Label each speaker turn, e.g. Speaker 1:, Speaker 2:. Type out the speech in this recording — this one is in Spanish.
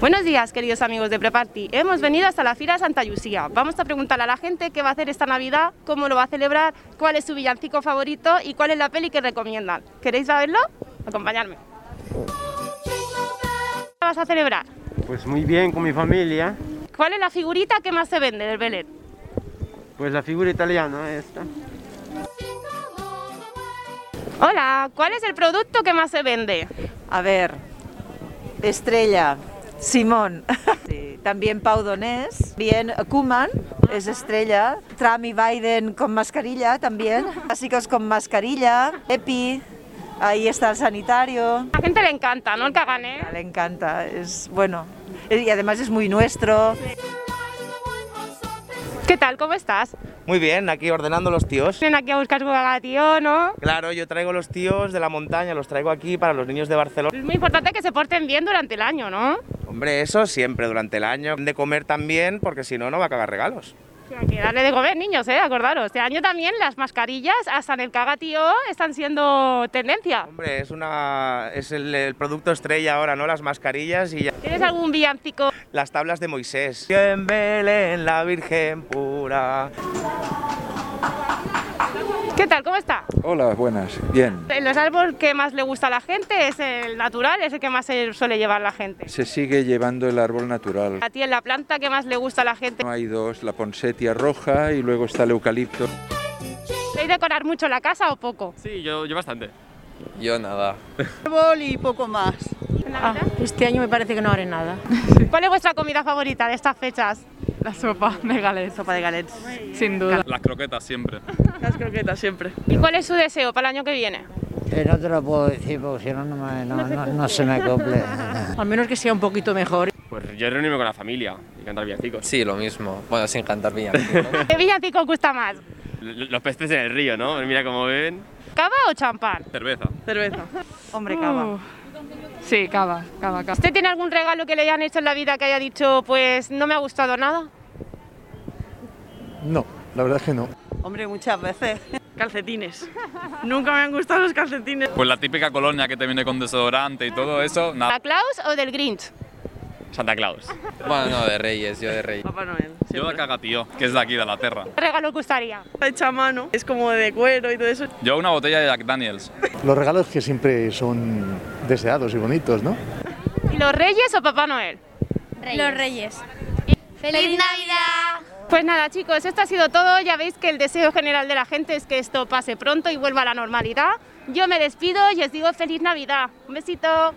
Speaker 1: Buenos días, queridos amigos de Preparty. Hemos venido hasta la Fira Santa Lucía. Vamos a preguntarle a la gente qué va a hacer esta Navidad, cómo lo va a celebrar, cuál es su villancico favorito y cuál es la peli que recomiendan. ¿Queréis saberlo? Acompañarme. ¿Qué vas a celebrar?
Speaker 2: Pues muy bien con mi familia.
Speaker 1: ¿Cuál es la figurita que más se vende del Belén?
Speaker 2: Pues la figura italiana esta.
Speaker 1: Hola, ¿cuál es el producto que más se vende?
Speaker 3: A ver, estrella, Simón, sí, también Pau Donés, bien Kuman, es estrella, Trump y Biden con mascarilla también, clásicos con mascarilla, Epi, ahí está el sanitario,
Speaker 1: A la gente le encanta, ¿no? El ¿eh? cagané.
Speaker 3: le encanta, es bueno, y además es muy nuestro.
Speaker 1: ¿Qué tal? ¿Cómo estás?
Speaker 4: Muy bien, aquí ordenando los tíos.
Speaker 1: Vienen aquí a buscar su cagatío, ¿no?
Speaker 4: Claro, yo traigo los tíos de la montaña, los traigo aquí para los niños de Barcelona.
Speaker 1: Es muy importante que se porten bien durante el año, ¿no?
Speaker 4: Hombre, eso siempre durante el año. De comer también, porque si no, no va a cagar regalos.
Speaker 1: O sea, Que darle de comer, niños, ¿eh? Acordaros. Este año también las mascarillas, hasta en el cagatío, están siendo tendencia.
Speaker 4: Hombre, es una es el, el producto estrella ahora, ¿no? Las mascarillas y ya-
Speaker 1: ¿Tienes algún villancico?
Speaker 4: las tablas de Moisés. En Belén, la Virgen pura.
Speaker 1: ¿Qué tal? ¿Cómo está?
Speaker 5: Hola, buenas. Bien.
Speaker 1: En los árboles que más le gusta a la gente es el natural, es el que más se suele llevar la gente.
Speaker 5: Se sigue llevando el árbol natural.
Speaker 1: A ti en la planta que más le gusta a la gente.
Speaker 5: Hay dos, la ponsetia roja y luego está el eucalipto.
Speaker 1: ¿Sois decorar mucho la casa o poco?
Speaker 6: Sí, yo, yo bastante.
Speaker 7: Yo nada.
Speaker 8: Este año me parece que no haré nada.
Speaker 1: ¿Cuál es vuestra comida favorita de estas fechas?
Speaker 8: La sopa de galets. Sopa de galets. Sin duda.
Speaker 6: Las croquetas siempre.
Speaker 1: ¿Y cuál es su deseo para el año que viene?
Speaker 9: Eh, no te lo puedo decir porque si no, no, me- no- no- no se me cumple.
Speaker 8: Al menos que sea un poquito mejor.
Speaker 6: Pues yo reunirme con la familia y cantar villancicos.
Speaker 7: Sí, lo mismo. Bueno, sin cantar villancicos.
Speaker 1: ¿Qué villancico os gusta más?
Speaker 6: L- Los peces en el río, ¿no? Mira cómo ven.
Speaker 1: ¿Cava o champán?
Speaker 6: Cerveza.
Speaker 3: Hombre, cava.
Speaker 8: Sí, cava, cava, cava.
Speaker 1: ¿Usted tiene algún regalo que le hayan hecho en la vida que haya dicho, pues no me ha gustado nada?
Speaker 10: No, la verdad es que no.
Speaker 3: Hombre, muchas veces.
Speaker 8: Calcetines. Nunca me han gustado los calcetines.
Speaker 6: Pues la típica colonia que te viene con desodorante y todo eso.
Speaker 1: ¿La Klaus o del Grinch?
Speaker 6: Santa Claus.
Speaker 7: Bueno, no, de Reyes, yo de Reyes.
Speaker 8: Papá Noel.
Speaker 6: Yo de cagatío, que es de aquí, de la tierra.
Speaker 1: ¿Qué regalo os gustaría?
Speaker 8: Está hecha a mano. Es como de cuero y todo eso.
Speaker 6: Yo una botella de Jack Daniels.
Speaker 10: Los regalos que siempre son deseados y bonitos, ¿no?
Speaker 1: ¿Y los Reyes o Papá Noel?
Speaker 8: Los reyes.
Speaker 1: ¡Feliz Navidad! Pues nada chicos, esto ha sido todo. Ya veis que el deseo general de la gente es que esto pase pronto y vuelva a la normalidad. Yo me despido y os digo feliz Navidad. Un besito.